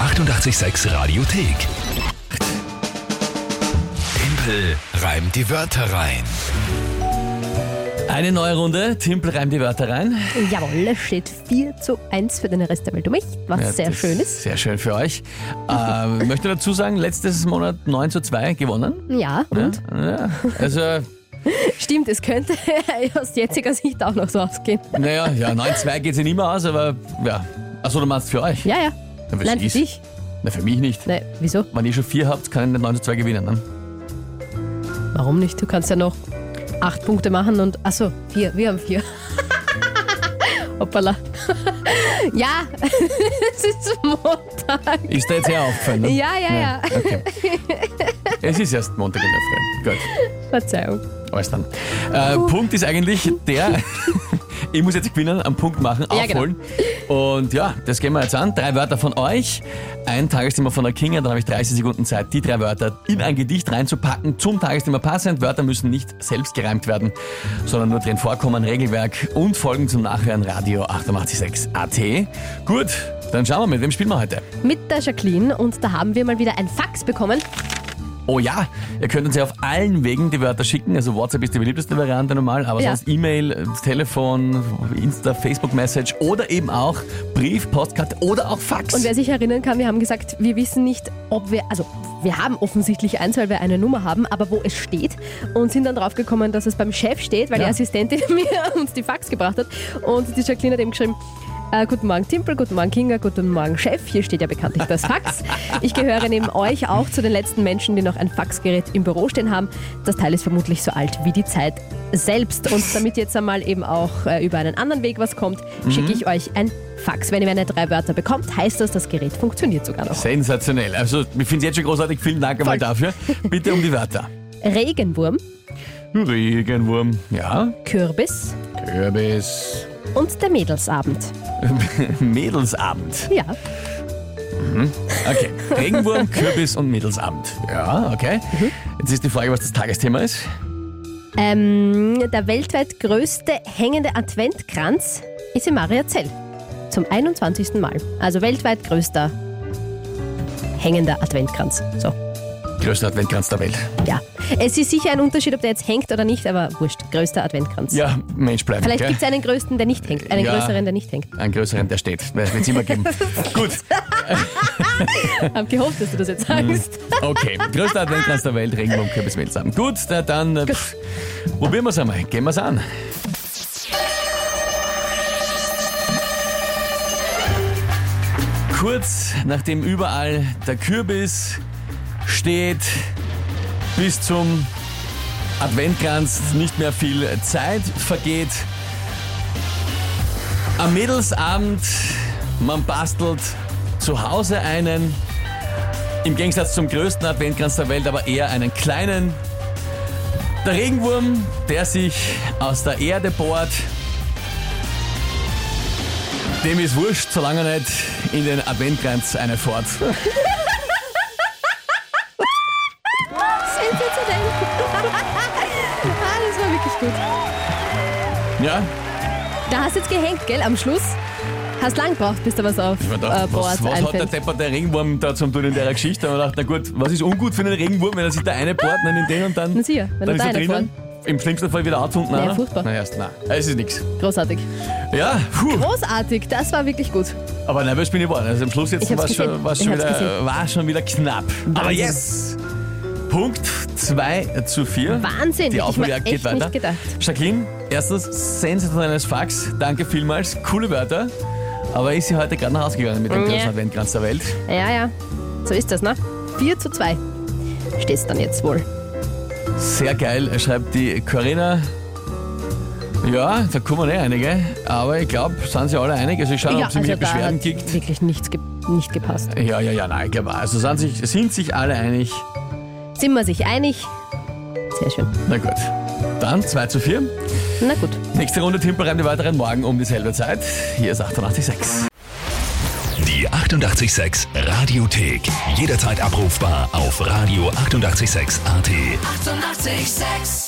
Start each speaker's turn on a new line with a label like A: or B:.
A: 886 Radiothek. Tempel reimt die Wörter rein.
B: Eine neue Runde. Timpel reimt die Wörter rein.
C: Jawohl, es steht 4 zu 1 für den Rest der Welt um mich, was
B: Ja,
C: sehr
B: das
C: schön ist.
B: Sehr schön für euch. Ähm, möchte dazu sagen, letztes Monat 9 zu 2 gewonnen.
C: Ja, und
B: Ja, also,
C: stimmt, es könnte aus jetziger Sicht auch noch so ausgehen.
B: naja, ja, 9-2 geht ja nicht mehr aus, aber ja. Achso, du meinst für euch?
C: Ja, ja.
B: Na,
C: Nein, für
B: ist-
C: dich.
B: Na, für mich nicht.
C: Nein, wieso?
B: Wenn ihr schon 4 habt, kann ich nicht 9 zu 2 gewinnen. Ne?
C: Warum nicht? Du kannst ja noch acht Punkte machen und. Achso, vier. Wir haben vier. Hoppala. ja, es ist Montag.
B: Ist da jetzt eher aufgefallen? Ne?
C: Ja, ja, ja.
B: Okay. Es ist erst Montag in der Früh. Gut,
C: Verzeihung.
B: alles dann. Äh, Punkt ist eigentlich der, ich muss jetzt gewinnen, einen Punkt machen,
C: Ja, genau.
B: aufholen. Und ja, das gehen wir jetzt an. Drei Wörter von euch, ein Tagesthema von der Kinga, dann habe ich 30 Sekunden Zeit, die drei Wörter in ein Gedicht reinzupacken, zum Tagesthema passend. Wörter müssen nicht selbst gereimt werden, sondern nur drin vorkommen, Regelwerk und Folgen zum Nachhören, Radio 886 AT. Gut, dann schauen wir, mit wem spielen wir heute?
C: Mit der Jacqueline und da haben wir mal wieder ein Fax bekommen.
B: Oh ja, ihr könnt uns ja auf allen Wegen die Wörter schicken. Also WhatsApp ist die beliebteste Variante normal, aber
C: Ja.
B: sonst E-Mail, äh, Telefon, Insta, Facebook-Message oder eben auch Brief, Postkarte oder auch Fax.
C: Und wer sich erinnern kann, wir haben gesagt, wir wissen nicht, ob wir, also wir haben offensichtlich eins, weil wir eine Nummer haben, aber wo es steht und sind dann draufgekommen, dass es beim Chef steht, weil
B: Ja.
C: die Assistentin mir uns die Fax gebracht hat und die Jacqueline hat eben geschrieben, äh, guten Morgen Timpel, guten Morgen Kinga, guten Morgen Chef, hier steht ja bekanntlich das Fax. Ich gehöre neben euch auch zu den letzten Menschen, die noch ein Faxgerät im Büro stehen haben. Das Teil ist vermutlich so alt wie die Zeit selbst. Und damit jetzt einmal eben auch äh, über einen anderen Weg was kommt, schicke ich euch ein Fax. Wenn ihr meine drei Wörter bekommt, heißt das, das Gerät funktioniert sogar noch.
B: Sensationell. Also ich finde es jetzt schon großartig. Vielen Dank einmal
C: Voll.
B: dafür. Bitte um die Wörter.
C: Regenwurm,
B: Regenwurm. Ja.
C: Kürbis
B: Kürbis.
C: und der Mädelsabend.
B: Mädelsabend.
C: Ja,
B: Okay. Regenwurm, Kürbis und Mädelsabend. Ja, okay.
C: Mhm.
B: Jetzt ist die Frage, was das Tagesthema ist.
C: ähm, der weltweit größte hängende Adventkranz ist in Mariazell. Zum 21. Mal. Also weltweit größter hängender Adventkranz. So,
B: Größter Adventkranz der Welt.
C: ja. Es ist sicher ein Unterschied, ob der jetzt hängt oder nicht, aber wurscht. Größter Adventkranz.
B: Ja, Mensch bleiben.
C: Vielleicht
B: gell?
C: gibt es einen größten, der nicht hängt. Einen
B: Ja.
C: größeren, der nicht hängt.
B: einen größeren, der steht. Wird es immer geben. Gut,
C: Hab gehofft, dass du das jetzt
B: Mhm.
C: sagst.
B: okay. Größter Adventkranz der Welt, Regenbogen, Kürbis, Mehlsamen. Gut, na dann äh, pff, probieren wir es einmal. Gehen wir es an. Kurz nachdem überall der Kürbis steht, bis zum Adventkranz nicht mehr viel Zeit vergeht. Am Mädelsabend, man bastelt zu Hause einen, im Gegensatz zum größten Adventkranz der Welt, aber eher einen kleinen. Der Regenwurm, der sich aus der Erde bohrt, dem ist wurscht, solange er nicht in den Adventkranz eine fort.
C: Sensationell. ah, das war wirklich gut.
B: Ja,
C: Da hast du jetzt gehängt, gell? Am Schluss hast lang gebraucht, bis da was auf
B: ich hab mir
C: äh,
B: gedacht,
C: Bord
B: was, was hat der
C: einfällt.
B: Depper der Regenwurm da zum tun in der Geschichte? Und ich dachte, na gut, was ist ungut für den Regenwurm, wenn er sich da eine bohrt, dann in den und dann,
C: Na sicher, wenn
B: dann
C: er
B: ist er
C: da eine
B: drinnen. Im schlimmsten Fall wieder anzünden.
C: Naja,
B: oder?
C: furchtbar.
B: Na, erst, nein, es ist nichts.
C: Großartig.
B: Ja, puh.
C: Großartig, das war wirklich gut.
B: Aber nervös bin ich geworden. Also am Schluss
C: Ich
B: jetzt
C: hab's
B: war es schon,
C: gesehen.
B: war's
C: Ich
B: schon,
C: hab's
B: wieder-
C: gesehen.
B: war's schon wieder knapp. Aber yes! Punkt 2 zu 4.
C: Wahnsinn,
B: Die
C: ich
B: Aufholjagd
C: hab
B: geht
C: echt nicht
B: weiter.
C: gedacht.
B: Jacqueline, erstens sensationelles Fax. Danke vielmals. Coole Wörter. Aber ist sie heute gerade nach Hause gegangen mit dem
C: Ja.
B: größten Adventkranz der Welt?
C: Ja, ja, so ist das, ne? 4 zu 2 stehst dann jetzt wohl.
B: Ah, Sehr geil, schreibt die Corinna. Ja, da kommen eh einige. Aber ich glaube, sind sie alle einig. Also ich schaue, ob sie mich
C: da
B: Beschwerden
C: hat
B: kickt.
C: wirklich nichts ge nicht gepasst.
B: Ja, ja, ja, nein, ich glaube, also sind sich, sind sich alle einig.
C: Sind wir sich einig? Sehr schön.
B: Na gut. Dann 2 zu 4.
C: Na gut.
B: Nächste Runde Timpel reimt die weiteren morgen um dieselbe Zeit. Hier ist 886.
A: Die 886 Radiothek. Jederzeit abrufbar auf radio886.at. 886! 886.
D: 886